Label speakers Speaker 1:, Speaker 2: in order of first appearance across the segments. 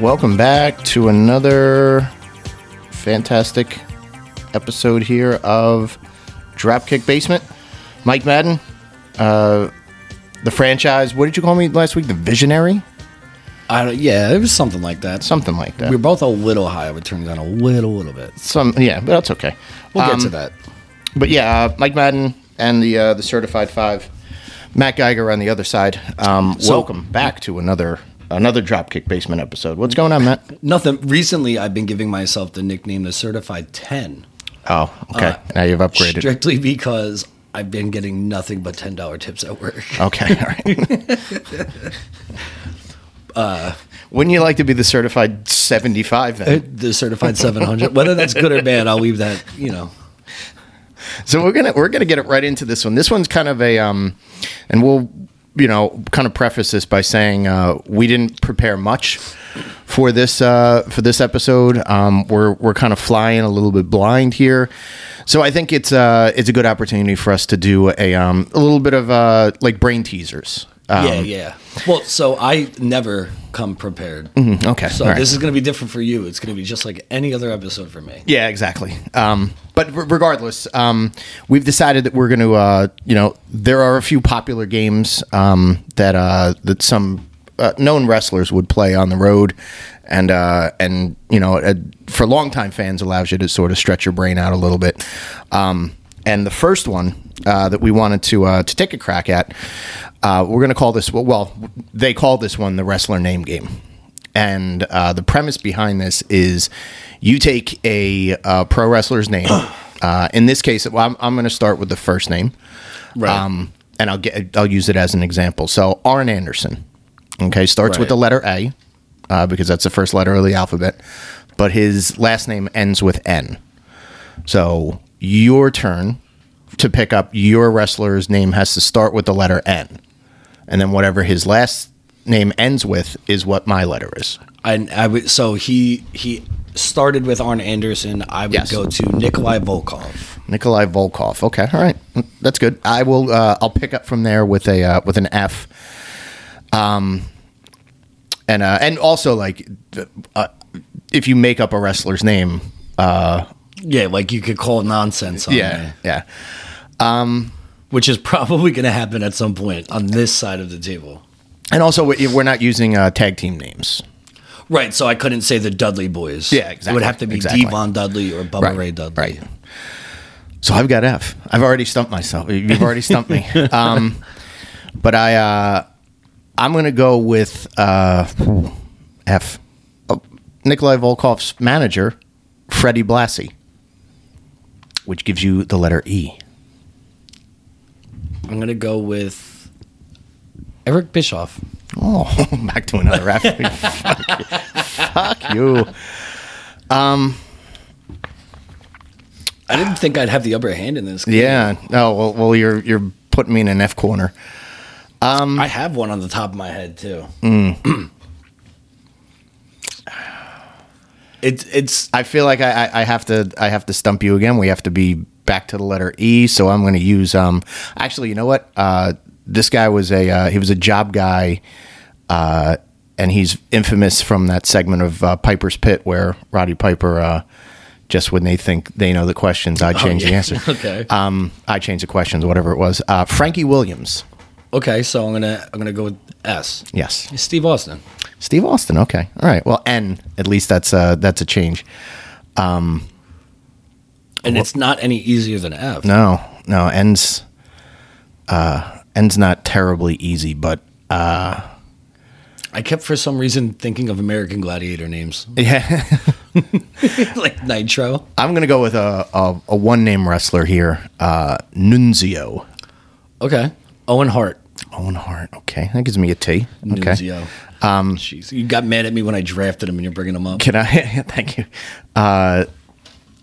Speaker 1: Welcome back to another fantastic episode here of Dropkick Basement. Mike Madden, uh, the franchise. What did you call me last week? The visionary?
Speaker 2: I don't, yeah, it was something like that.
Speaker 1: Something like that.
Speaker 2: we were both a little high. It turns out a little, little bit.
Speaker 1: Some, yeah, but that's okay.
Speaker 2: We'll
Speaker 1: Um,
Speaker 2: get to that.
Speaker 1: But yeah, uh, Mike Madden and the uh, the Certified Five, Matt Geiger on the other side. Um, welcome back to another another Dropkick Basement episode. What's going on, Matt?
Speaker 2: Nothing. Recently, I've been giving myself the nickname the Certified Ten,
Speaker 1: Oh, okay.
Speaker 2: Uh,
Speaker 1: now you've upgraded.
Speaker 2: strictly because I've been getting nothing but ten dollar tips at work.
Speaker 1: Okay, all right. Uh, Wouldn't you like to be the certified seventy-five then?
Speaker 2: Uh, the Certified Seven Hundred, whether that's good or bad, I'll leave that. You know,
Speaker 1: so we're gonna we're gonna get it right into this one. This one's kind of a um, and we'll you know kind of preface this by saying uh, we didn't prepare much for this uh, for this episode. Um, we're we're kind of flying a little bit blind here, so I think it's uh it's a good opportunity for us to do a um a little bit of uh like brain teasers. Um,
Speaker 2: yeah, yeah. Well, so I never come prepared.
Speaker 1: Okay.
Speaker 2: So
Speaker 1: Mm-hmm. all right.
Speaker 2: this is going to be different for you. It's going to be just like any other episode for me.
Speaker 1: Yeah, exactly. Um, but re- regardless, um, we've decided that we're going to, uh, you know, there are a few popular games um, that uh, that some uh, known wrestlers would play on the road, and uh, and you know, uh, for longtime fans, allows you to sort of stretch your brain out a little bit. Um, and the first one uh, that we wanted to uh, to take a crack at, uh, we're going to call this. Well, they call this one the wrestler name game. And uh, the premise behind this is you take a uh, pro wrestler's name. uh, in this case, well, I'm, I'm going to start with the first name,
Speaker 2: Right.
Speaker 1: um, and I'll get I'll use it as an example. So Arn Anderson, okay, starts with
Speaker 2: Right.
Speaker 1: the letter A uh, because that's the first letter of the alphabet, but his last name ends with N. So your turn to pick up your wrestler's name has to start with the letter N, and then whatever his last name ends with is what my letter is.
Speaker 2: And I would so he he started with Arn Anderson. I would
Speaker 1: Yes.
Speaker 2: go to Nikolai Volkov.
Speaker 1: Nikolai Volkov. Okay, all right, that's good. I will. Uh, I'll pick up from there with a uh, with an F. Um, and uh, and also like, th- uh, if you make up a wrestler's name, uh,
Speaker 2: Yeah, like you could call nonsense on me,
Speaker 1: yeah,
Speaker 2: which is probably going to happen at some point on this side of the table.
Speaker 1: and also we- we're not using uh, tag team names.
Speaker 2: Right, so I couldn't say the Dudley boys.
Speaker 1: Yeah,
Speaker 2: It
Speaker 1: exactly,
Speaker 2: would have to be
Speaker 1: exactly.
Speaker 2: Devon Dudley or Bubba Ray Dudley.
Speaker 1: Right. So I've got F. I've already stumped myself. You've already stumped me. Um, but I, uh, I'm going to go with uh, F. Oh, Nikolai Volkov's manager, Freddie Blassie, which gives you the letter E.
Speaker 2: I'm going to go with Eric Bischoff.
Speaker 1: Oh, back to another F. Fuck you. Fuck you.
Speaker 2: I didn't think I'd have the upper hand in this.
Speaker 1: Yeah. No. Well, well, you're you're putting me in an F corner.
Speaker 2: I have one on the top of my head too. Mm. it's it's
Speaker 1: I feel like I, I, I have to I have to stump you again. We have to be back to the letter E. So I'm going to use um. Actually, you know what? Uh, this guy was a uh, he was a job guy, uh, and he's infamous from that segment of uh, Piper's Pit where Roddy Piper. Uh, just when they think they know the questions, I change
Speaker 2: yeah.
Speaker 1: the answer.
Speaker 2: Okay.
Speaker 1: Um, I change the questions, whatever it was. Uh, Frankie Williams.
Speaker 2: okay. So I'm gonna I'm gonna go with S.
Speaker 1: Yes.
Speaker 2: Steve Austin.
Speaker 1: Steve Austin. Okay. All right. Well, N. At least that's uh, that's a change.
Speaker 2: And it's not any easier than F.
Speaker 1: No, no, ends uh ends not terribly easy, but
Speaker 2: I kept for some reason thinking of American Gladiator names
Speaker 1: yeah,
Speaker 2: like Nitro.
Speaker 1: I'm gonna go with a a, a one name wrestler here, uh, Nunzio
Speaker 2: Okay. Owen Hart.
Speaker 1: Owen Hart. Okay, that gives me a T. Okay,
Speaker 2: Nunzio. Um, Jeez, you got mad at me when I drafted him, and you're bringing him up.
Speaker 1: can I? thank you. Uh,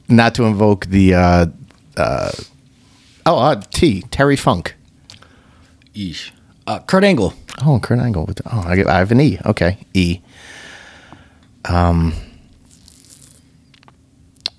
Speaker 1: not to invoke the uh, uh, oh uh, T Terry Funk.
Speaker 2: Yeesh. Uh, Kurt Angle.
Speaker 1: Oh, Kurt Angle. With oh, I, get- I have an E. Okay, E. Um,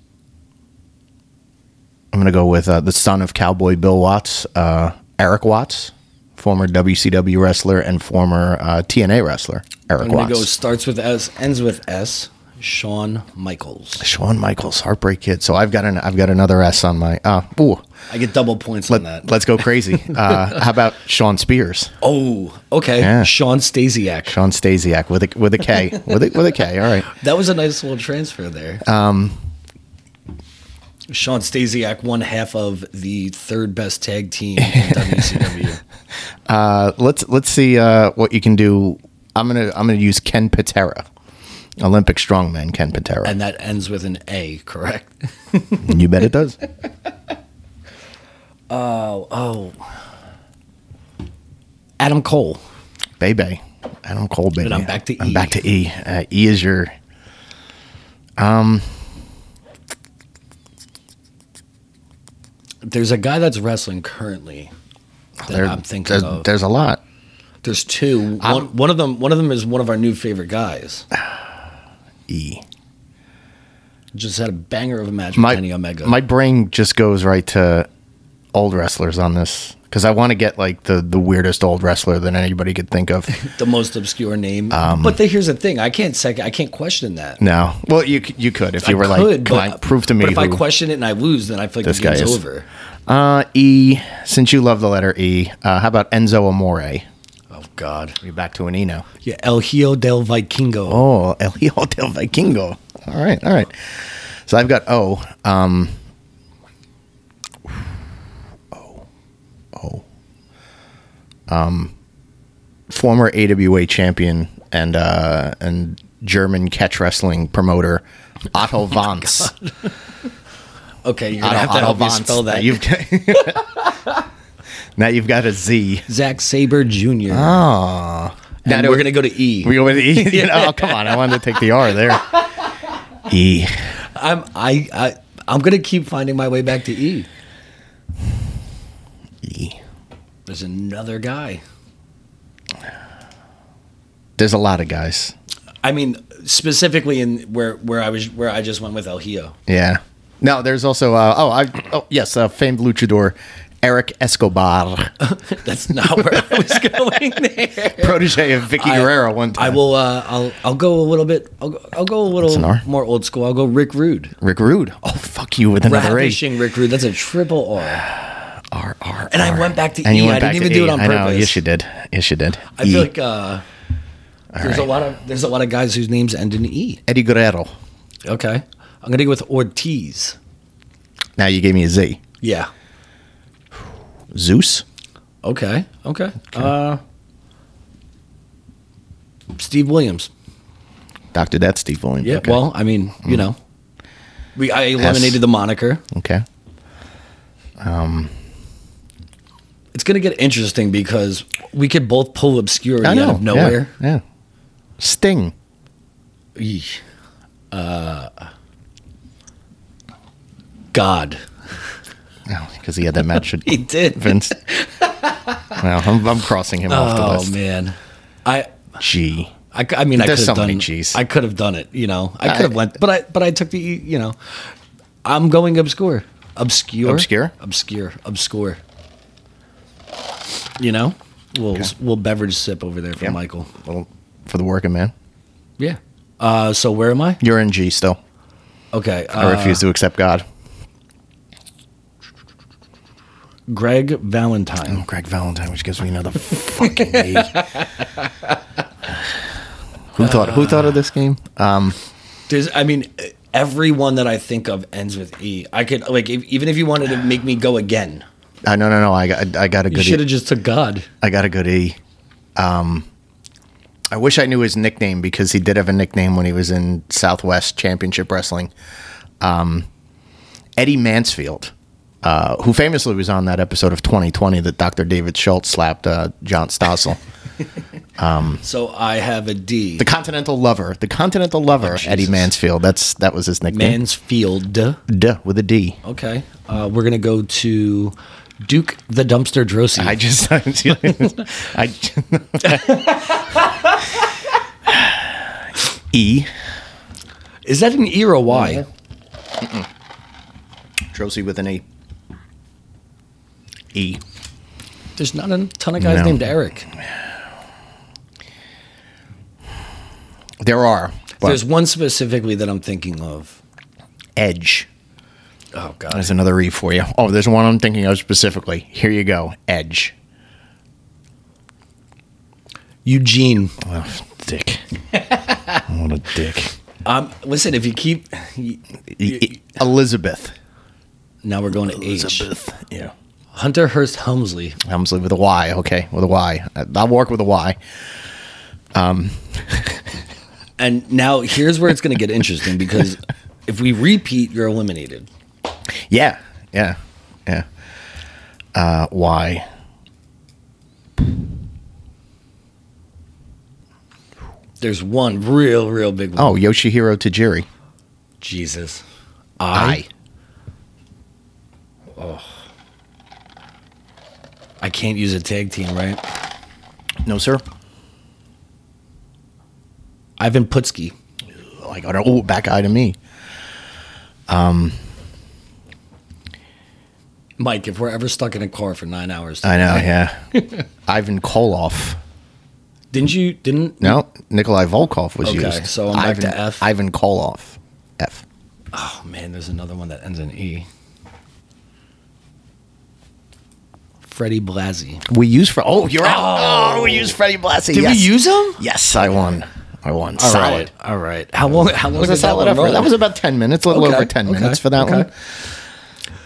Speaker 1: I'm gonna go with uh, the son of Cowboy Bill Watts, uh, Eric Watts former WCW wrestler and former uh, TNA wrestler Eric
Speaker 2: I'm gonna go
Speaker 1: Watts.
Speaker 2: starts with S, ends with S. Shawn Michaels.
Speaker 1: Shawn Michaels, Heartbreak Kid. So I've got an I've got another S on my. Uh, ooh,
Speaker 2: I get double points on that.
Speaker 1: let's go crazy. uh, how about Sean Spears,
Speaker 2: oh, okay.
Speaker 1: Yeah.
Speaker 2: Sean Stasiak.
Speaker 1: Sean Stasiak with a with a K with a, with a K. All right,
Speaker 2: That was a nice little transfer there. Sean Stasiak, one half of the third best tag team in WCW.
Speaker 1: uh, let's let's see uh, what you can do. I'm gonna I'm gonna use Ken Patera, Olympic strongman Ken Patera.
Speaker 2: And that ends with an A, correct?
Speaker 1: you bet it does.
Speaker 2: Oh. Adam Cole.
Speaker 1: Bebe. Adam Cole, baby.
Speaker 2: I'm back to
Speaker 1: I'm
Speaker 2: E.
Speaker 1: back to E. Uh, e is your. Um.
Speaker 2: There's a guy that's wrestling currently that
Speaker 1: there-
Speaker 2: I'm thinking
Speaker 1: there's,
Speaker 2: of.
Speaker 1: there's a lot.
Speaker 2: There's two. One, one of them. One of them is one of our new favorite guys.
Speaker 1: E.
Speaker 2: Just had a banger of a match with
Speaker 1: My
Speaker 2: Kenny Omega.
Speaker 1: my brain just goes right to old wrestlers on this because I want to get like the the weirdest old wrestler that anybody could think of.
Speaker 2: the most obscure name. but the, here's the thing: I can't second. I can't question that.
Speaker 1: no, well you c- you could if you
Speaker 2: I
Speaker 1: were
Speaker 2: could,
Speaker 1: like, come
Speaker 2: but-
Speaker 1: on, prove to me
Speaker 2: But if I
Speaker 1: who-
Speaker 2: question it and I lose, then I feel like
Speaker 1: This
Speaker 2: the game's
Speaker 1: guy is.
Speaker 2: over.
Speaker 1: Uh, E. Since you love the letter E, uh, how about Enzo Amore?
Speaker 2: Oh God!
Speaker 1: You're back to an E now.
Speaker 2: Yeah, El Hijo del Vikingo.
Speaker 1: Oh, El Hijo del Vikingo. All right, all right. So I've got O. Um, o. O. Um, former AWA champion and uh, and German catch wrestling promoter
Speaker 2: Oh
Speaker 1: Otto Vance. Oh.
Speaker 2: Okay, you're gonna have to help me spell that.
Speaker 1: You've now you've got a Z.
Speaker 2: Zack Saber Jr.
Speaker 1: Oh.
Speaker 2: and we're gonna go to E.
Speaker 1: We go with E. You know, oh, come on, I wanted to take the R there. E.
Speaker 2: I'm I I I'm gonna keep finding my way back to E.
Speaker 1: E.
Speaker 2: There's another guy.
Speaker 1: There's a lot of guys.
Speaker 2: I mean, specifically in where where I was where I just went with El Hijo.
Speaker 1: Yeah. No, there's also uh, oh I oh yes uh, famed luchador Eric Escobar,
Speaker 2: That's not where I was going there.
Speaker 1: protege of Vicky Guerrero. One time
Speaker 2: I will. Uh, I'll. I'll go a little bit. I'll. go- I'll go a
Speaker 1: an
Speaker 2: little
Speaker 1: R.
Speaker 2: more old school. I'll go Rick Rude.
Speaker 1: Rick Rude. Oh fuck you with another A.
Speaker 2: Ravishing Rick Rude. That's a triple R.
Speaker 1: R R.
Speaker 2: And I
Speaker 1: R.
Speaker 2: went back to
Speaker 1: And you
Speaker 2: E.
Speaker 1: went
Speaker 2: I
Speaker 1: back
Speaker 2: didn't
Speaker 1: to
Speaker 2: even do it on
Speaker 1: I know.
Speaker 2: purpose.
Speaker 1: Yes, you did. Yes, you did. E.
Speaker 2: I feel like uh, there's a lot of there's a lot of guys whose names end in E.
Speaker 1: Eddie Guerrero.
Speaker 2: Okay, I'm gonna go with Ortiz.
Speaker 1: Now you gave me a Z.
Speaker 2: Yeah.
Speaker 1: Zeus.
Speaker 2: Okay. Okay. Uh, Steve Williams.
Speaker 1: Doctor, that's Steve Williams.
Speaker 2: Yeah.
Speaker 1: Okay.
Speaker 2: Well, I mean, you know, we I eliminated the moniker.
Speaker 1: okay.
Speaker 2: It's gonna get interesting because we could both pull obscurity
Speaker 1: I
Speaker 2: out
Speaker 1: know.
Speaker 2: of nowhere.
Speaker 1: Yeah. yeah. Sting.
Speaker 2: Eesh. Uh, God.
Speaker 1: because he had that match with
Speaker 2: He did.
Speaker 1: Vince. well, I'm, I'm crossing him off the
Speaker 2: Oh
Speaker 1: list.
Speaker 2: man, I.
Speaker 1: G.
Speaker 2: I, c- I mean, I could
Speaker 1: There's
Speaker 2: have
Speaker 1: so many
Speaker 2: done.
Speaker 1: Gs.
Speaker 2: I could have done it, you know. I
Speaker 1: I-
Speaker 2: could have went, but I but I took the, you know, I'm going obscure, obscure,
Speaker 1: Obscure?
Speaker 2: obscure, obscure. You know, we'll we'll beverage sip over there for
Speaker 1: Yeah.
Speaker 2: Michael.
Speaker 1: Little for the working man.
Speaker 2: Yeah. Uh, so where am I?
Speaker 1: You're in G still.
Speaker 2: Okay. Uh,
Speaker 1: I refuse to accept God.
Speaker 2: Greg Valentine.
Speaker 1: Greg Valentine, which gives me another fucking E. who thought? Who thought of this game? Um,
Speaker 2: There's, I mean, everyone that I think of ends with E. I could like, if, even if you wanted to make me go again,
Speaker 1: uh, no, no, no. I got, I got a
Speaker 2: you
Speaker 1: good.
Speaker 2: should
Speaker 1: E.
Speaker 2: have just took God.
Speaker 1: I got a good E. Um, I wish I knew his nickname because he did have a nickname when he was in Southwest Championship Wrestling. Um, Eddie Mansfield, uh, who famously was on that episode of 2020 that Dr. David Schultz slapped uh, John Stossel.
Speaker 2: So I have a D.
Speaker 1: the Continental Lover, the Continental Lover, Eddie Mansfield. That's that was his nickname.
Speaker 2: Mansfield.
Speaker 1: Duh, with a D.
Speaker 2: Okay. Uh, we're going to go to Duke the Dumpster Drosy.
Speaker 1: I just, I, E.
Speaker 2: Is that an E or a Y?
Speaker 1: Drosy with an E. E.
Speaker 2: There's not a ton of guys
Speaker 1: No.
Speaker 2: named Eric.
Speaker 1: There are. But
Speaker 2: There's one specifically that I'm thinking of.
Speaker 1: Edge.
Speaker 2: Oh God,
Speaker 1: There's another E for you. Oh, there's one I'm thinking of specifically. Here you go. Edge.
Speaker 2: Eugene.
Speaker 1: Oh, dick. what a dick.
Speaker 2: Um, listen, if you keep,
Speaker 1: E- Elizabeth.
Speaker 2: now we're going to H.
Speaker 1: Yeah.
Speaker 2: Hunter Hurst Helmsley.
Speaker 1: Helmsley with a Y. Okay, with a Y. I- I'll work with a Y.
Speaker 2: And now here's where it's going to get interesting because if we repeat, you're eliminated.
Speaker 1: Yeah. Yeah. Yeah. Uh, y.
Speaker 2: There's one real, real big one.
Speaker 1: Oh, Yoshihiro Tajiri.
Speaker 2: Jesus.
Speaker 1: I.
Speaker 2: Oh. I can't use a tag team, right?
Speaker 1: No, sir.
Speaker 2: Ivan Putski.
Speaker 1: Oh, I got an old back eye to me.
Speaker 2: Mike, if we're ever stuck in a car for nine hours,
Speaker 1: I know, yeah. Ivan Koloff.
Speaker 2: didn't you? Didn't
Speaker 1: No, Nikolai Volkov was
Speaker 2: Okay,
Speaker 1: used.
Speaker 2: so I'm back
Speaker 1: Ivan,
Speaker 2: to F.
Speaker 1: Ivan Koloff. F.
Speaker 2: Oh man, there's another one that ends in E. Freddie Blassie.
Speaker 1: We use for oh you're out. Oh, we use Freddie Blassie.
Speaker 2: Did
Speaker 1: yes.
Speaker 2: we use him?
Speaker 1: Yes, I won. I won.
Speaker 2: All
Speaker 1: solid.
Speaker 2: right, All right. How long? How long
Speaker 1: Was a
Speaker 2: did
Speaker 1: solid
Speaker 2: that
Speaker 1: effort.
Speaker 2: one
Speaker 1: That was about ten minutes, a little
Speaker 2: Okay,
Speaker 1: over ten
Speaker 2: okay,
Speaker 1: minutes for that
Speaker 2: okay.
Speaker 1: one.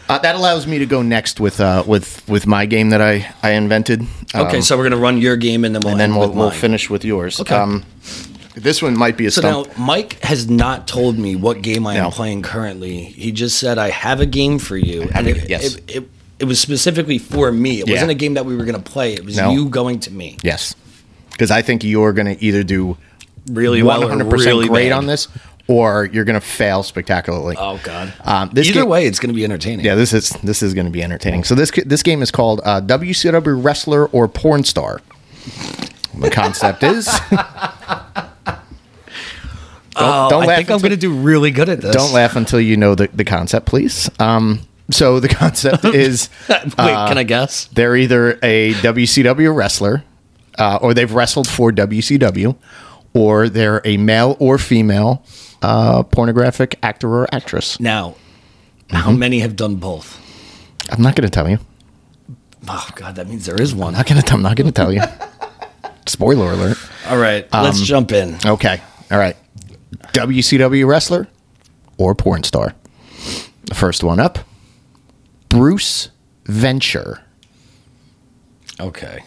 Speaker 1: Uh, that allows me to go next with uh, with with my game that I I invented. Um,
Speaker 2: okay, so we're gonna run your game and then we'll
Speaker 1: and then
Speaker 2: end
Speaker 1: we'll,
Speaker 2: with
Speaker 1: we'll
Speaker 2: mine.
Speaker 1: finish with yours. Um,
Speaker 2: Okay.
Speaker 1: this one might be a
Speaker 2: So
Speaker 1: stump.
Speaker 2: now Mike has not told me what game I am
Speaker 1: No.
Speaker 2: playing currently. He just said I have a game for you, and it,
Speaker 1: yes.
Speaker 2: it, it, it was specifically for me. It
Speaker 1: Yeah.
Speaker 2: wasn't a game that we were gonna play. It was
Speaker 1: No.
Speaker 2: you going to me.
Speaker 1: yes, because I think you're going to either do
Speaker 2: Really
Speaker 1: one
Speaker 2: well,
Speaker 1: hundred
Speaker 2: or
Speaker 1: percent
Speaker 2: really
Speaker 1: great
Speaker 2: bad.
Speaker 1: on this, or you're going to fail spectacularly.
Speaker 2: Oh God.
Speaker 1: Um, this
Speaker 2: Either
Speaker 1: game-
Speaker 2: way, it's gonna be entertaining.
Speaker 1: Yeah, this is this is going to be entertaining. So this this game is called uh, WCW wrestler or porn star. The concept is. don't, don't
Speaker 2: Oh, I think I'm
Speaker 1: until-
Speaker 2: going to do really good at this.
Speaker 1: don't laugh until you know the, the concept, please. Um, so the concept is uh,
Speaker 2: Wait, can I guess?
Speaker 1: they're either a WCW wrestler, uh, or they've wrestled for WCW, or they're a male or female uh, pornographic actor or actress.
Speaker 2: Now, how
Speaker 1: Mm-hmm.
Speaker 2: many have done both?
Speaker 1: I'm not going to tell you.
Speaker 2: Oh God, that means there is one.
Speaker 1: Not gonna. T- I'm not gonna tell you. Spoiler alert.
Speaker 2: All right, let's
Speaker 1: Um,
Speaker 2: jump in.
Speaker 1: Okay. All right. WCW wrestler or porn star. The first one up. Bruce Venture.
Speaker 2: Okay,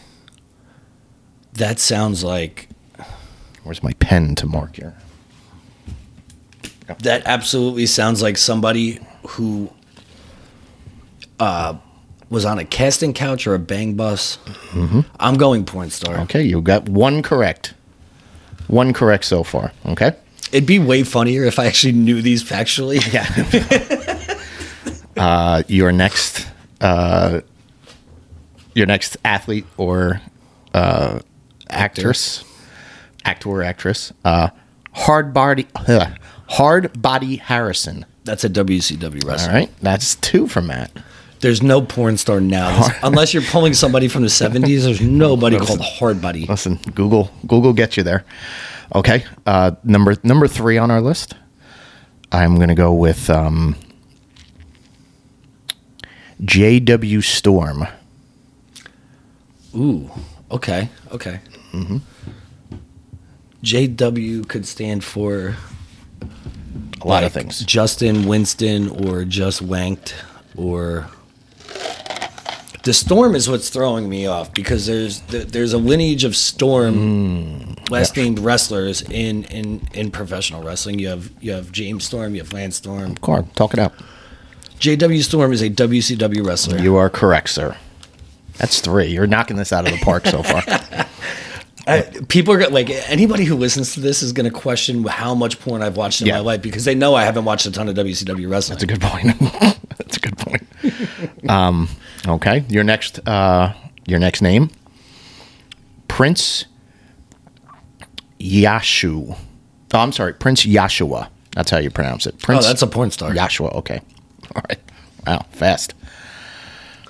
Speaker 2: that sounds like
Speaker 1: Where's my pen to mark here?
Speaker 2: that absolutely sounds like somebody who uh, was on a casting couch or a bang bus.
Speaker 1: Mm-hmm.
Speaker 2: I'm going porn star.
Speaker 1: Okay, you got one correct. One correct so far. Okay.
Speaker 2: It'd be way funnier if I actually knew these factually.
Speaker 1: Yeah. uh, your next, uh, your next athlete or uh, actress, actor or actress, uh, hard body, hard body Harrison.
Speaker 2: That's a WCW
Speaker 1: All
Speaker 2: wrestler.
Speaker 1: right, that's two from Matt.
Speaker 2: There's no porn star now, There's- unless you're pulling somebody from the 70s. There's nobody called Hard Buddy.
Speaker 1: Listen, Google, Google gets you there. Okay, uh, number number three on our list. I'm gonna go with um, J.W. Storm.
Speaker 2: Ooh. Okay. Okay.
Speaker 1: Mm-hmm.
Speaker 2: JW could stand for
Speaker 1: A lot
Speaker 2: like,
Speaker 1: of things.
Speaker 2: Justin Winston or just wanked or the storm is what's throwing me off because there's th- there's a lineage of storm
Speaker 1: Mm.
Speaker 2: last named wrestlers in, in in professional wrestling. You have you have James Storm, you have Lance Storm.
Speaker 1: Card, talk it out.
Speaker 2: JW Storm is a WCW wrestler.
Speaker 1: You are correct, sir. That's three. You're knocking this out of the park so far.
Speaker 2: people are gonna- like anybody who listens to this is going to question how much porn I've watched in
Speaker 1: Yeah.
Speaker 2: my life because they know I haven't watched a ton of WCW wrestling.
Speaker 1: That's a good point. That's a good point. Um, okay, your next, uh, your next name, Prince Yashu. Oh, I'm sorry, Prince Yashua. That's how you pronounce it.
Speaker 2: oh,
Speaker 1: Prince
Speaker 2: that's a porn star.
Speaker 1: Yashua. Okay, all right. Wow, fast.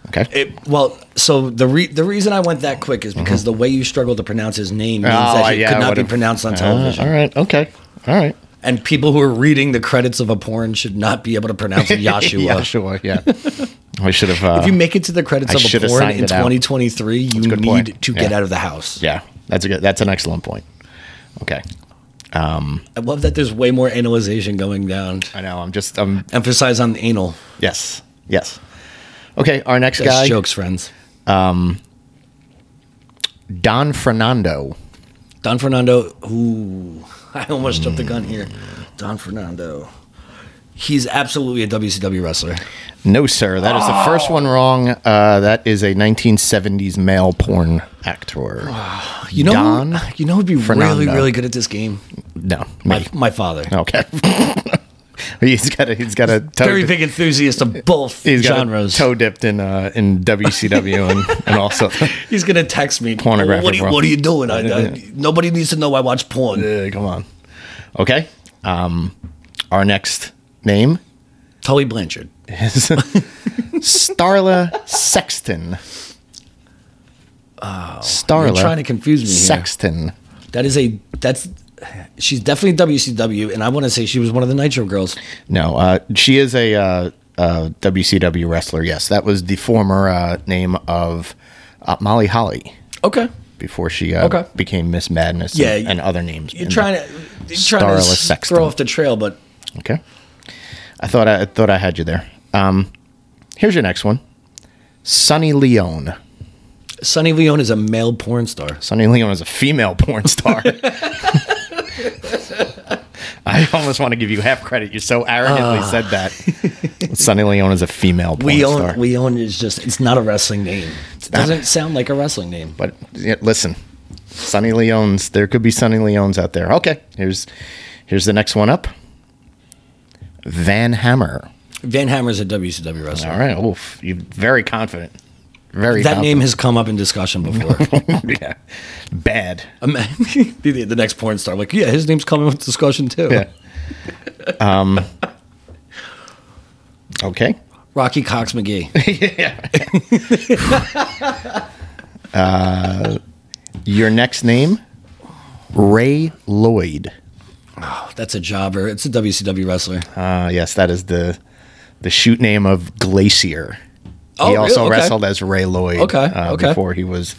Speaker 1: Okay.
Speaker 2: It, well, so the re- the reason I went that quick is because the way you struggle to pronounce his name means
Speaker 1: Mm-hmm. Oh,
Speaker 2: that he
Speaker 1: yeah, I
Speaker 2: could not be
Speaker 1: would've-
Speaker 2: pronounced on
Speaker 1: Uh,
Speaker 2: television.
Speaker 1: all right. Okay. All right.
Speaker 2: And people who are reading the credits of a porn should not be able to pronounce Yahshua.
Speaker 1: Yashua. Yeah. I should have. Uh,
Speaker 2: If you make it to the credits
Speaker 1: I
Speaker 2: of a
Speaker 1: should've
Speaker 2: porn
Speaker 1: signed
Speaker 2: in
Speaker 1: it out.
Speaker 2: 2023, you
Speaker 1: a good
Speaker 2: need
Speaker 1: point.
Speaker 2: to get
Speaker 1: Yeah.
Speaker 2: out of the house.
Speaker 1: yeah. That's a good. That's an excellent point. Okay.
Speaker 2: I love that there's way more analyzation going down.
Speaker 1: I know. I'm just. Um.
Speaker 2: Emphasize on anal.
Speaker 1: Yes. Yes. Okay. Our next
Speaker 2: That's
Speaker 1: guy,
Speaker 2: jokes, friends.
Speaker 1: Don Fernando.
Speaker 2: Don Fernando, ooh, I almost jumped the gun here. Don Fernando. He's absolutely a WCW wrestler.
Speaker 1: No, sir. That is the first one wrong. Uh, that is a 1970s male porn actor.
Speaker 2: You know,
Speaker 1: Don
Speaker 2: who- you know, who'd be really,
Speaker 1: Fernando.
Speaker 2: really good at this game.
Speaker 1: No,
Speaker 2: My,
Speaker 1: me.
Speaker 2: my father,
Speaker 1: Okay. he's got a he's got a toe
Speaker 2: very
Speaker 1: dip-
Speaker 2: big enthusiast of both
Speaker 1: he's got a
Speaker 2: genres.
Speaker 1: toe dipped in uh, in WCW and, and also
Speaker 2: He's gonna text me.
Speaker 1: Pornographic
Speaker 2: What are you,
Speaker 1: world."
Speaker 2: what are you doing? I, I, nobody needs to know I watch porn.
Speaker 1: Yeah, come on. Okay. Um, our next name
Speaker 2: Tully Blanchard.
Speaker 1: is Starla Sexton. Starla
Speaker 2: Oh, You're trying to confuse me here.
Speaker 1: Sexton.
Speaker 2: That is a that's. She's definitely WCW, and I want to say she was one of the Nitro girls.
Speaker 1: No, uh, she is a uh, uh, WCW wrestler. Yes, that was the former uh, name of uh, Molly Holly
Speaker 2: Okay,
Speaker 1: before she uh,
Speaker 2: Okay.
Speaker 1: became Miss Madness
Speaker 2: Yeah,
Speaker 1: and,
Speaker 2: you-
Speaker 1: and other names.
Speaker 2: you're
Speaker 1: in
Speaker 2: trying to you're trying to
Speaker 1: Starla
Speaker 2: s-
Speaker 1: Sexton.
Speaker 2: throw off the trail, but
Speaker 1: the- okay. I thought I, I thought I had you there. Um, here's your next one, Sunny Leone.
Speaker 2: Sonny Leone is a male porn star.
Speaker 1: Sunny Leone is a female porn star. I almost want to give you half credit. You so arrogantly said that. Sunny Leone is a female porn
Speaker 2: Ah. We
Speaker 1: star.
Speaker 2: own we own is just it's not a wrestling name. It doesn't sound like a wrestling name.
Speaker 1: But yeah, listen, Sunny Leones. There could be Sunny Leones out there. Okay, here's here's the next one up. Van Hammer.
Speaker 2: Van Hammer's a WCW wrestler.
Speaker 1: All right. Oof, you very confident. Very
Speaker 2: That name has come up in discussion before.
Speaker 1: name. yeah. Bad.
Speaker 2: Um, the, the next porn star, like, yeah, his name's coming up in discussion too.
Speaker 1: Yeah. um. Okay.
Speaker 2: Rocky Cox McGee.
Speaker 1: Your next name, Ray Lloyd.
Speaker 2: Oh, that's a jobber. It's a WCW wrestler.
Speaker 1: Uh, yes, that is the the shoot name of Glacier.
Speaker 2: Oh,
Speaker 1: he
Speaker 2: really?
Speaker 1: also
Speaker 2: Okay.
Speaker 1: wrestled as Ray Lloyd.
Speaker 2: Okay,
Speaker 1: uh,
Speaker 2: okay.
Speaker 1: Before he was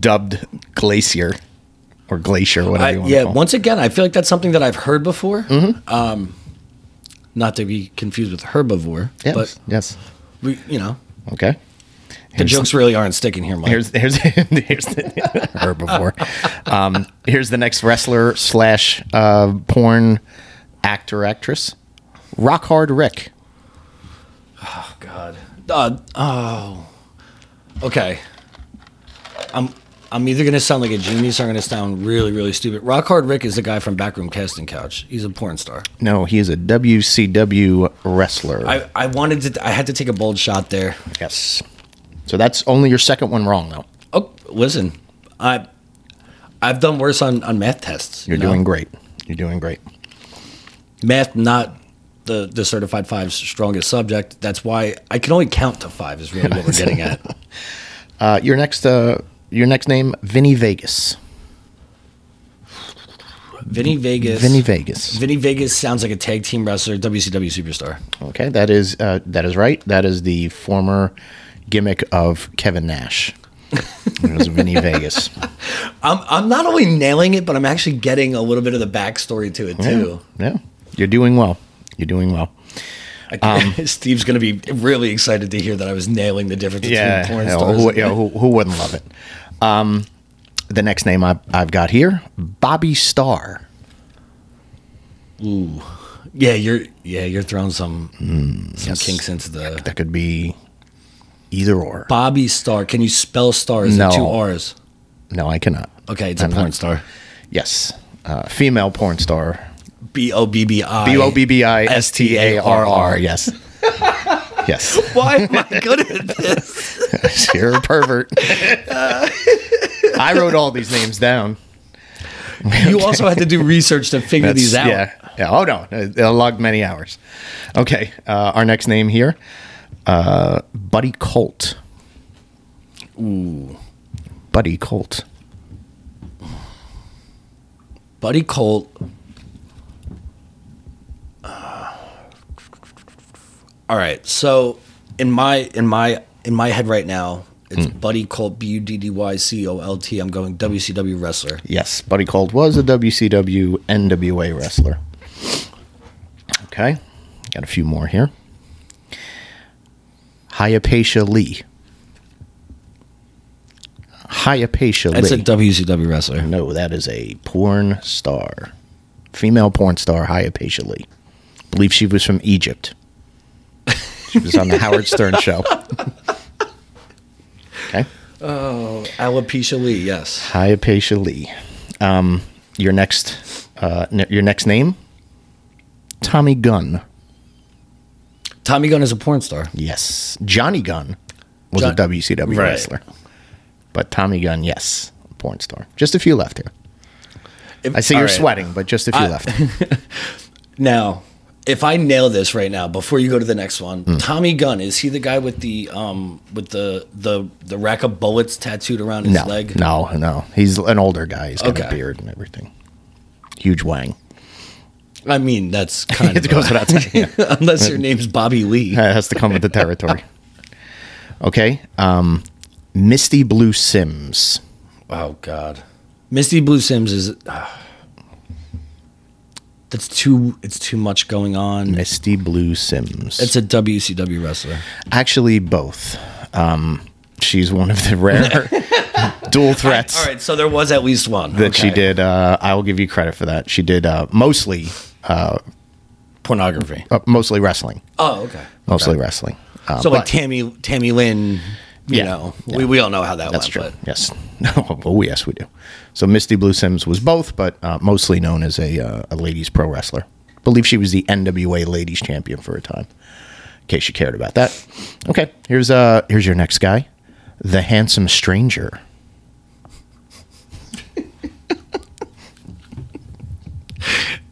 Speaker 1: dubbed Glacier or Glacier, whatever
Speaker 2: I,
Speaker 1: you want
Speaker 2: yeah,
Speaker 1: to call. Mm-hmm.
Speaker 2: once again, I feel like that's something that I've heard before. Um, not to be confused with herbivore,
Speaker 1: yes,
Speaker 2: but
Speaker 1: yes.
Speaker 2: we, you know,
Speaker 1: Okay.
Speaker 2: the jokes really aren't sticking here, Mike.
Speaker 1: Here's here's here's the herbivore. Um, here's the next wrestler slash uh, porn actor actress, Rock Hard Rick.
Speaker 2: Oh God. Uh, oh. Okay. I'm. I'm either gonna sound like a genius or I'm gonna sound really, really stupid. Rock Hard Rick is the guy from Backroom Casting Couch. He's a porn star.
Speaker 1: No, he is a WCW wrestler.
Speaker 2: I, I wanted to. I had to take a bold shot there.
Speaker 1: yes. So that's only your second one wrong though.
Speaker 2: Oh, listen, I, I've done worse on on math tests. you
Speaker 1: You're
Speaker 2: know?
Speaker 1: doing great. You're doing great.
Speaker 2: math, not the the certified five's strongest subject. That's why I can only count to five. Is really what we're getting at.
Speaker 1: Uh, your next, uh, your next name, Vinny Vegas.
Speaker 2: Vinny Vegas.
Speaker 1: Vinny Vegas.
Speaker 2: Vinny Vegas sounds like a tag team wrestler, WCW superstar.
Speaker 1: Okay, that is uh, that is right. That is the former gimmick of Kevin Nash. It was Vinny Vegas.
Speaker 2: I'm I'm not only nailing it, but I'm actually getting a little bit of the backstory to it too.
Speaker 1: Yeah, you're doing well. You're doing well. Um,
Speaker 2: I- Steve's gonna be really excited to hear that I was nailing the difference between porn
Speaker 1: yeah,
Speaker 2: stars.
Speaker 1: who, yeah, who, who wouldn't love it? Um, the next name I, I've got here, Bobby Starr.
Speaker 2: Ooh. Yeah, you're yeah you're throwing some
Speaker 1: Hmm.
Speaker 2: some kinks into the
Speaker 1: That could be either or.
Speaker 2: Bobby Star. Can you spell stars?
Speaker 1: No.
Speaker 2: two R's.
Speaker 1: no, I cannot.
Speaker 2: Okay, it's a
Speaker 1: I'm
Speaker 2: porn
Speaker 1: not-
Speaker 2: star.
Speaker 1: Yes, uh, female porn star.
Speaker 2: B o b b i.
Speaker 1: B O B B I S T A R R. Yes. Yes.
Speaker 2: Why am I good at this?
Speaker 1: You're a pervert. Uh, I wrote all these names down.
Speaker 2: You also had to do research to figure
Speaker 1: That's-
Speaker 2: these out.
Speaker 1: Yeah. Yeah. Oh, no. It logged many hours. Okay. Uh, our next name here uh, Buddy Colt.
Speaker 2: Ooh.
Speaker 1: Buddy Colt.
Speaker 2: Buddy Colt. uh, all right. So in my in my in my head right now, it's
Speaker 1: Hmm.
Speaker 2: Buddy Colt B U D D Y C O L T. I'm going WCW wrestler.
Speaker 1: Yes, Buddy Colt was a WCW NWA wrestler. Okay, got a few more here. Hyapasha Lee. Hyapasha Lee.
Speaker 2: It's a WCW wrestler.
Speaker 1: No, that is a porn star. Female porn star, Hyapasha Lee. Believe she was from Egypt. She was on the Howard Stern show. okay.
Speaker 2: Alopecia Lee. Yes.
Speaker 1: Hyapasha Lee. Um, your next uh, n- your next name? Tommy Gunn.
Speaker 2: Tommy Gunn is a porn star.
Speaker 1: Yes. Johnny Gunn was
Speaker 2: John-
Speaker 1: a WCW
Speaker 2: Right.
Speaker 1: wrestler. But Tommy Gunn, yes, porn star. Just a few left here.
Speaker 2: If-
Speaker 1: I see
Speaker 2: all
Speaker 1: you're
Speaker 2: right.
Speaker 1: sweating, but just a few left.
Speaker 2: Now, if I nail this right now, before you go to the next one,
Speaker 1: Hmm.
Speaker 2: Tommy Gunn is he the guy with the um with the the the rack of bullets tattooed around his
Speaker 1: No,
Speaker 2: leg?
Speaker 1: no, no. He's an older guy. He's got a
Speaker 2: Okay.
Speaker 1: beard and everything. Huge wang.
Speaker 2: I mean, that's kind of
Speaker 1: It goes without saying.
Speaker 2: unless your name's Bobby Lee.
Speaker 1: That has to come with the territory. Okay. Um, Misty Blue Sims.
Speaker 2: Oh God, Misty Blue Sims is. ah. that's too. It's too much going on.
Speaker 1: Misty Blue Sims.
Speaker 2: It's a WCW wrestler.
Speaker 1: Actually, both. Um, she's one of the rare dual threats
Speaker 2: All right, so there was at least one
Speaker 1: that she
Speaker 2: Okay.
Speaker 1: did. Uh, I will give you credit for that. She did uh, mostly,
Speaker 2: pornography.
Speaker 1: uh, mostly wrestling,
Speaker 2: Oh, okay.
Speaker 1: mostly wrestling. Um,
Speaker 2: So like
Speaker 1: but-
Speaker 2: Tammy Tammy Lynn, you
Speaker 1: Yeah,
Speaker 2: know,
Speaker 1: yeah.
Speaker 2: we, we all know how that
Speaker 1: that's
Speaker 2: went.
Speaker 1: true. Yes. No. Oh, yes, we do. So Misty Blue Sims was both, but uh, mostly known as a uh, a ladies pro wrestler. believe she was the NWA Ladies Champion for a time. In case you cared about that. Okay. Here's uh here's your next guy, the handsome stranger.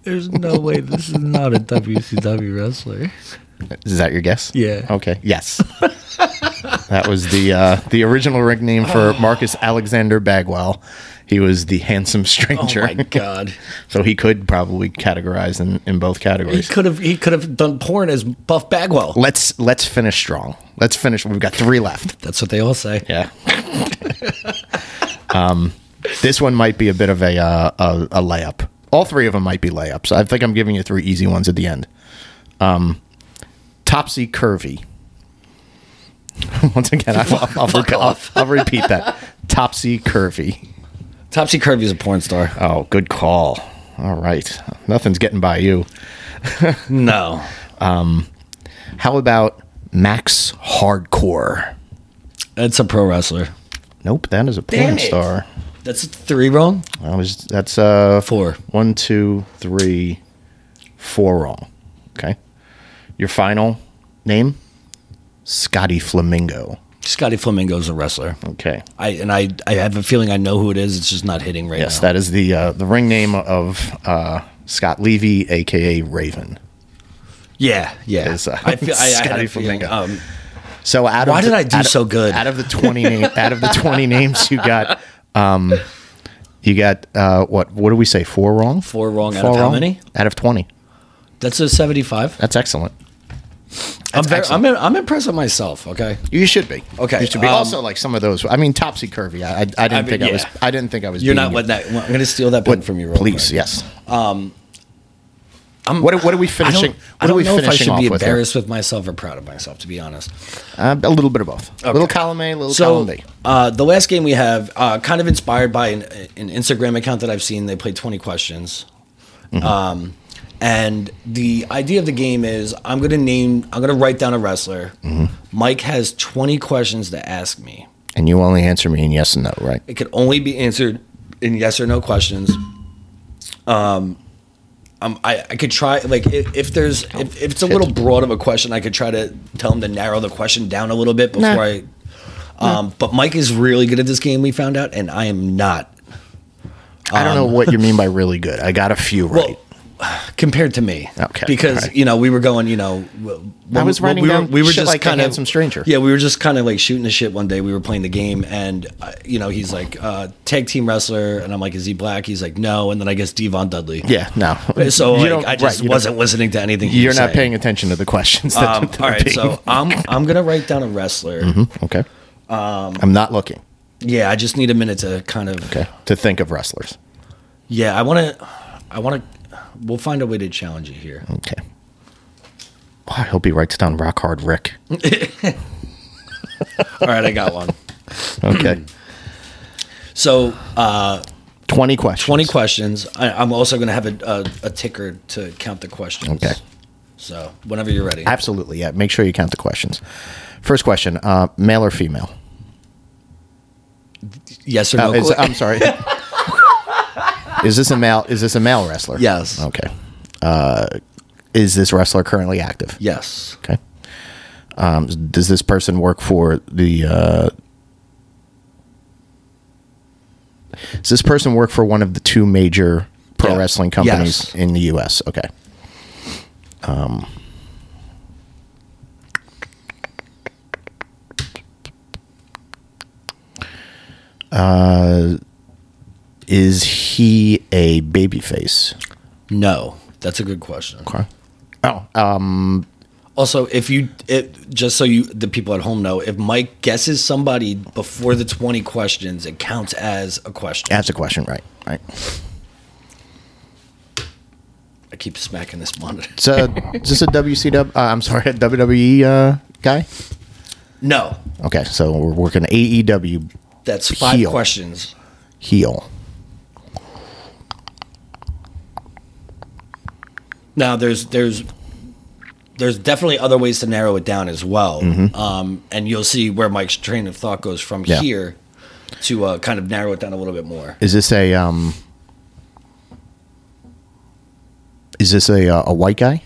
Speaker 2: There's no way this is not a WCW wrestler.
Speaker 1: Is that your guess?
Speaker 2: Yeah.
Speaker 1: Okay. Yes. that was the uh, the original ring name for
Speaker 2: Oh.
Speaker 1: Marcus Alexander Bagwell. He was the handsome
Speaker 2: Oh
Speaker 1: stranger.
Speaker 2: my god.
Speaker 1: so he could probably categorize in, in both
Speaker 2: He
Speaker 1: categories.
Speaker 2: could have he could have done porn as Buff Bagwell.
Speaker 1: Let's let's finish strong. Let's finish. We've got three left.
Speaker 2: That's what they all say.
Speaker 1: Yeah. um, this one might be a bit of a, uh, a a layup. All three of them might be layups. I think I'm giving you three easy ones at the end. Um, topsy curvy. Once again, I'll, I'll, I'll,
Speaker 2: Fuck
Speaker 1: I'll,
Speaker 2: off.
Speaker 1: I'll repeat that. Topsy curvy.
Speaker 2: Topsy Curvy is a porn star.
Speaker 1: Oh, good call. All right, nothing's getting by you.
Speaker 2: No.
Speaker 1: How about Max Hardcore?
Speaker 2: That's a pro wrestler.
Speaker 1: Nope, that is a
Speaker 2: Damn
Speaker 1: porn
Speaker 2: it.
Speaker 1: star.
Speaker 2: That's three wrong?
Speaker 1: I was that's uh
Speaker 2: Four.
Speaker 1: One, two, three, four wrong. Okay. Your final name? Scotty Flamingo.
Speaker 2: Scotty Flamingo's a wrestler.
Speaker 1: Okay.
Speaker 2: I and I I have a feeling I know who it is. It's just not hitting right
Speaker 1: Yes,
Speaker 2: now.
Speaker 1: that is the uh, the ring name of uh, Scott Levy, aka Raven.
Speaker 2: yeah, yeah.
Speaker 1: Is, uh,
Speaker 2: I feel I, I had
Speaker 1: Scotty
Speaker 2: a feeling,
Speaker 1: Flamingo.
Speaker 2: um,
Speaker 1: So out
Speaker 2: Why
Speaker 1: of
Speaker 2: did
Speaker 1: the-
Speaker 2: I do
Speaker 1: out of-
Speaker 2: so good?
Speaker 1: Out of the twenty name, out of the twenty names you got, um, you got uh, what? What do we say? Four wrong.
Speaker 2: Four wrong out of how many?
Speaker 1: Out of twenty.
Speaker 2: that's a seventy-five.
Speaker 1: That's excellent.
Speaker 2: I'm, very,
Speaker 1: excellent.
Speaker 2: I'm I'm impressed with myself. Okay,
Speaker 1: You should be.
Speaker 2: Okay,
Speaker 1: You should be.
Speaker 2: um,
Speaker 1: also, like some of those. I mean, topsy curvy. I, I, I didn't
Speaker 2: I mean,
Speaker 1: think I was.
Speaker 2: yeah.
Speaker 1: I didn't think I was.
Speaker 2: You're
Speaker 1: being
Speaker 2: not
Speaker 1: you.
Speaker 2: letting that. I'm going to steal that pen
Speaker 1: But
Speaker 2: from you, real
Speaker 1: please.
Speaker 2: quick.
Speaker 1: Yes. Um. what, what are we
Speaker 2: I
Speaker 1: finishing?
Speaker 2: don't,
Speaker 1: What
Speaker 2: I don't
Speaker 1: are we
Speaker 2: know if I
Speaker 1: finishing
Speaker 2: should
Speaker 1: off
Speaker 2: be
Speaker 1: with? here?
Speaker 2: embarrassed with myself or proud of myself, to be honest.
Speaker 1: Uh, a little bit of both. A little column A, a little
Speaker 2: So,
Speaker 1: column B.
Speaker 2: uh, the last game we have, uh, kind of inspired by an, an Instagram account that I've seen, they play 20 questions. Um, and the idea of the game is I'm going to name, I'm going to write down a wrestler. Mike has 20 questions to ask me.
Speaker 1: And you only answer me in yes and no, right?
Speaker 2: It could only be answered in yes or no questions. Um, um, I, I could try like if, if there's if, if it's a little broad of a question, I could try to tell him to narrow the question down a little bit before
Speaker 1: Nah.
Speaker 2: I. Um, But Mike is really good at this game. We found out, and I am not.
Speaker 1: I don't know what you mean by really good. I got a few right.
Speaker 2: Um, Well, compared to me.
Speaker 1: Okay,
Speaker 2: Because
Speaker 1: all right.
Speaker 2: you know we were going, you know, w-
Speaker 1: I was
Speaker 2: w-
Speaker 1: writing
Speaker 2: we were,
Speaker 1: down
Speaker 2: we were
Speaker 1: shit
Speaker 2: just
Speaker 1: like a
Speaker 2: kind of
Speaker 1: handsome stranger.
Speaker 2: Yeah, we were just kind of like shooting the shit one day. We were playing the game, and uh, you know he's like uh, tag team wrestler, and I'm like, is he black? He's like, no. And then I guess Devon Dudley.
Speaker 1: Yeah, no.
Speaker 2: So
Speaker 1: You
Speaker 2: like,
Speaker 1: don't-
Speaker 2: I just
Speaker 1: right, you don't-
Speaker 2: wasn't listening to anything. he
Speaker 1: You're
Speaker 2: was
Speaker 1: not
Speaker 2: saying.
Speaker 1: paying attention to Mm-hmm. the questions. That
Speaker 2: Um, all right, so I'm I'm gonna write down a wrestler.
Speaker 1: okay.
Speaker 2: um,
Speaker 1: I'm not looking.
Speaker 2: Yeah, I just need a minute to kind of.
Speaker 1: Okay, to think of wrestlers.
Speaker 2: Yeah, I want to. I want to. We'll find a way to challenge you here.
Speaker 1: Okay. Wow, I hope he writes down Rock Hard Rick.
Speaker 2: All right, I got one.
Speaker 1: Okay.
Speaker 2: So uh,
Speaker 1: Twenty questions.
Speaker 2: twenty questions. I, I'm also gonna have a, a, a ticker to count the questions.
Speaker 1: Okay.
Speaker 2: So whenever you're ready.
Speaker 1: Absolutely. Yeah. Make sure you count the questions. First question: uh, Male or female?
Speaker 2: yes or
Speaker 1: Uh,
Speaker 2: no?
Speaker 1: is-
Speaker 2: quick?
Speaker 1: I'm sorry. is this a male? Is this a male wrestler?
Speaker 2: Yes.
Speaker 1: Okay. Uh, is this wrestler currently active?
Speaker 2: yes.
Speaker 1: Okay. Um, does this person work for the? Uh, does this person work for one of the two major pro
Speaker 2: Yeah.
Speaker 1: wrestling companies
Speaker 2: Yes.
Speaker 1: in the U.S.? Okay. Um. Uh, is he a babyface?
Speaker 2: No. That's a good question.
Speaker 1: Okay. Oh, um,
Speaker 2: Also, if you it, just so you the people at home know, if Mike guesses somebody before the twenty questions, it counts as a question.
Speaker 1: that's a question, right? Right.
Speaker 2: I keep smacking this monitor.
Speaker 1: It's a, is this a WCW? Uh, I'm sorry, a WWE uh, guy.
Speaker 2: No,
Speaker 1: Okay, so we're working E AEW
Speaker 2: that's five
Speaker 1: Heel.
Speaker 2: questions.
Speaker 1: heel.
Speaker 2: Now there's there's there's definitely other ways to narrow it down as well, um, and you'll see where Mike's train of thought goes from
Speaker 1: Yeah.
Speaker 2: here to uh, kind of narrow it down a little bit more.
Speaker 1: Is this a um? Is this a uh, a white guy?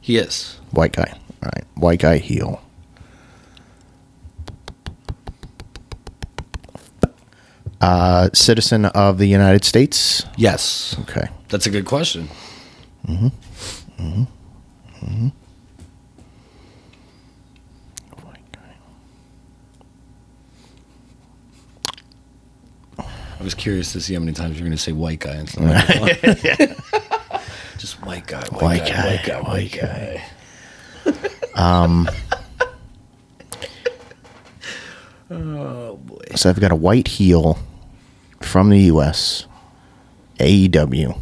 Speaker 2: He is
Speaker 1: White guy. All right, white guy heel. Uh, citizen of the United States.
Speaker 2: yes,
Speaker 1: Okay.
Speaker 2: that's a good question.
Speaker 1: Mm-hmm.
Speaker 2: I was curious to see how many times you're going to say white guy instead of just white guy, white,
Speaker 1: White
Speaker 2: guy,
Speaker 1: guy,
Speaker 2: white guy, white
Speaker 1: white
Speaker 2: guy.
Speaker 1: So I've got a white heel from the U.S. AEW. E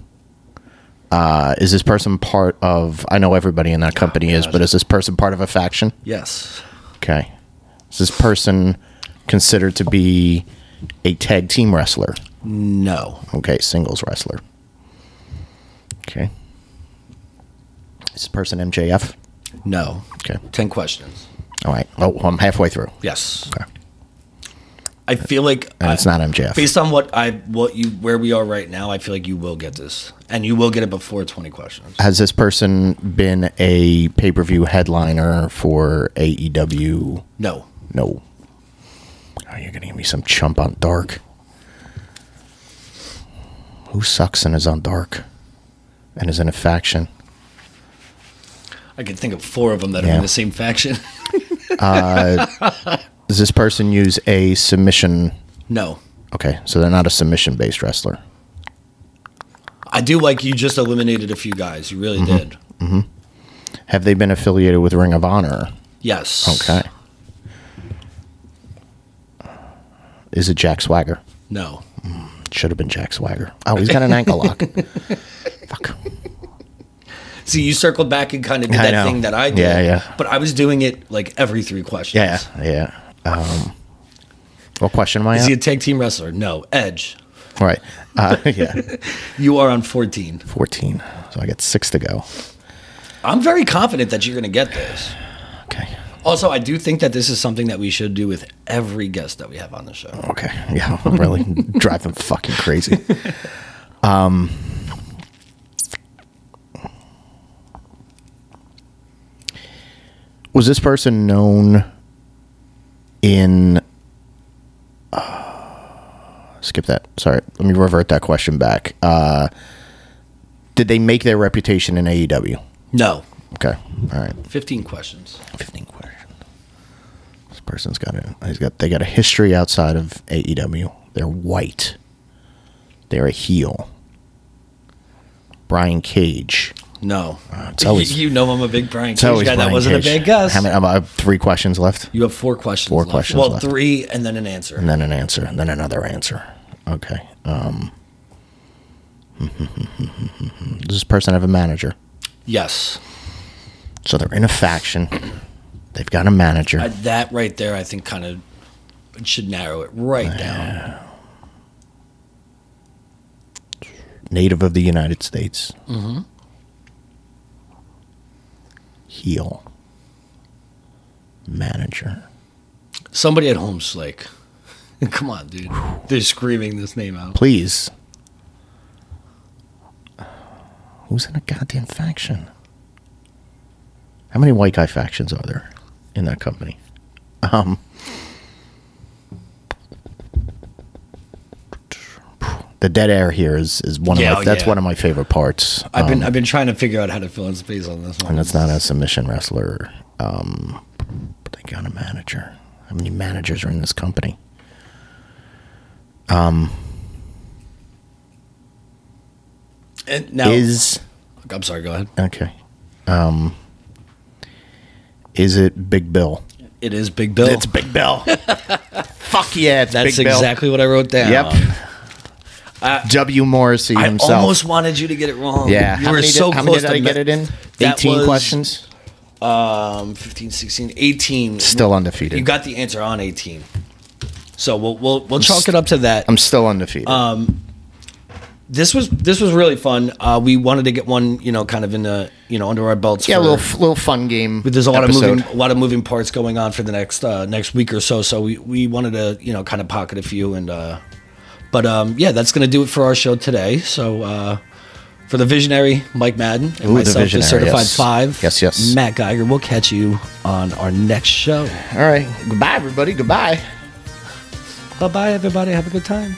Speaker 1: Uh, is this person part of? I know everybody in that company is, but is this person part of a faction?
Speaker 2: Yes,
Speaker 1: Okay. Is this person considered to be a tag team wrestler?
Speaker 2: no,
Speaker 1: Okay, singles wrestler. Okay. Is this person MJF?
Speaker 2: no.
Speaker 1: Okay.
Speaker 2: Ten questions.
Speaker 1: All right. Oh, I'm halfway through.
Speaker 2: Yes.
Speaker 1: Okay.
Speaker 2: I feel like
Speaker 1: And it's
Speaker 2: I-
Speaker 1: not MJF.
Speaker 2: based on what I what you where we are right now. I feel like you will get this, and you will get it before twenty questions.
Speaker 1: Has this person been a pay per view headliner for AEW?
Speaker 2: No,
Speaker 1: No. Oh, you're gonna give me some chump on dark. Who sucks and is on dark, and is in a faction?
Speaker 2: I can think of four of them that are
Speaker 1: Yeah.
Speaker 2: in the same faction.
Speaker 1: Does this person use a submission?
Speaker 2: no,
Speaker 1: Okay, so they're not a submission based wrestler.
Speaker 2: I do like you just eliminated a few guys. You
Speaker 1: Mm-hmm.
Speaker 2: really did.
Speaker 1: Have they been affiliated with Ring of Honor?
Speaker 2: Yes.
Speaker 1: Okay. Is it Jack Swagger?
Speaker 2: No.
Speaker 1: It should have been Jack Swagger. Oh, he's got an ankle lock. Fuck.
Speaker 2: See, you circled back and kind of did
Speaker 1: I
Speaker 2: that
Speaker 1: know.
Speaker 2: thing that I did.
Speaker 1: Yeah, yeah.
Speaker 2: But I was doing it like every three questions.
Speaker 1: Yeah, yeah. Um, what question am I
Speaker 2: Is
Speaker 1: at?
Speaker 2: he a tag team wrestler? No. Edge.
Speaker 1: All right. Uh, yeah.
Speaker 2: You are on fourteen.
Speaker 1: 14. So I got six to go.
Speaker 2: I'm very confident that you're going to get this.
Speaker 1: Okay.
Speaker 2: Also, I do think that this is something that we should do with every guest that we have on the show.
Speaker 1: Okay. Yeah. Really drive them fucking crazy. Um, was this person known in. Uh, skip that. Sorry. Let me revert that question back. Uh, Did they make their reputation in AEW?
Speaker 2: No.
Speaker 1: Okay, all right.
Speaker 2: 15 questions.
Speaker 1: Fifteen questions. This person's got a he's got they got a history outside of AEW. They're white. They're a heel. Brian Cage.
Speaker 2: No.
Speaker 1: it's always-
Speaker 2: Uh, you, you know I'm a big Brian
Speaker 1: It's always
Speaker 2: Cage guy. That
Speaker 1: Brian
Speaker 2: wasn't
Speaker 1: Cage.
Speaker 2: a bad guess.
Speaker 1: How many? I have three questions left,
Speaker 2: you have four questions
Speaker 1: Four
Speaker 2: left.
Speaker 1: questions
Speaker 2: Well,
Speaker 1: left. Mm.
Speaker 2: three and then an answer.
Speaker 1: and then an answer, and then another answer. Okay. Um, does this person have a manager?
Speaker 2: Yes.
Speaker 1: So they're in a faction. They've got a manager.
Speaker 2: Uh, that right there, I think, kind of should narrow it right down.
Speaker 1: native of the United States. Mm-hmm. Heel. Manager.
Speaker 2: Somebody at home's like, come on, dude. They're screaming this name out.
Speaker 1: Please. Who's in a goddamn faction? How many white guy factions are there in that company? Um. The dead air here is, is one
Speaker 2: Yeah,
Speaker 1: of my,
Speaker 2: oh,
Speaker 1: that's
Speaker 2: yeah.
Speaker 1: one of my favorite parts.
Speaker 2: I've been
Speaker 1: Um,
Speaker 2: I've been trying to figure out how to fill in space on this one.
Speaker 1: and that's not a submission wrestler. Um, but they got a manager. How many managers are in this company?
Speaker 2: And now,
Speaker 1: Is
Speaker 2: I'm sorry. Go ahead.
Speaker 1: okay. Um, is it Big Bill?
Speaker 2: It is Big Bill.
Speaker 1: It's Big Bill. Fuck yeah, it's
Speaker 2: That's
Speaker 1: Big Bill.
Speaker 2: exactly what I wrote down.
Speaker 1: Yep. W. Morrissey
Speaker 2: Uh, I
Speaker 1: himself.
Speaker 2: almost wanted you to get it wrong.
Speaker 1: yeah.
Speaker 2: you
Speaker 1: how
Speaker 2: were
Speaker 1: many did,
Speaker 2: so
Speaker 1: how many
Speaker 2: close
Speaker 1: did
Speaker 2: to
Speaker 1: I get
Speaker 2: ma-
Speaker 1: it in?
Speaker 2: That
Speaker 1: Eighteen
Speaker 2: was,
Speaker 1: questions.
Speaker 2: Um, 15, 16, 18.
Speaker 1: Still undefeated.
Speaker 2: You got the answer on 18. So we'll we'll, we'll chalk it up to that.
Speaker 1: I'm still undefeated.
Speaker 2: uh, this was this was really fun. Uh, we wanted to get one, you know, kind of in the you know under our belts.
Speaker 1: yeah, a
Speaker 2: for-
Speaker 1: little f- little fun game.
Speaker 2: there's a lot
Speaker 1: episode.
Speaker 2: of moving a lot of moving parts going on for the next uh, next week or so. So we, we wanted to you know kind of pocket a few and uh, but um, yeah, that's gonna do it for our show today. So uh, for the visionary Mike Madden and
Speaker 1: Ooh, the
Speaker 2: myself, the,
Speaker 1: visionary,
Speaker 2: certified
Speaker 1: yes.
Speaker 2: five,
Speaker 1: Yes, yes.
Speaker 2: Matt Geiger. We'll catch you on our next show.
Speaker 1: All right. Goodbye, everybody. Goodbye.
Speaker 2: Bye bye, everybody. Have a good time.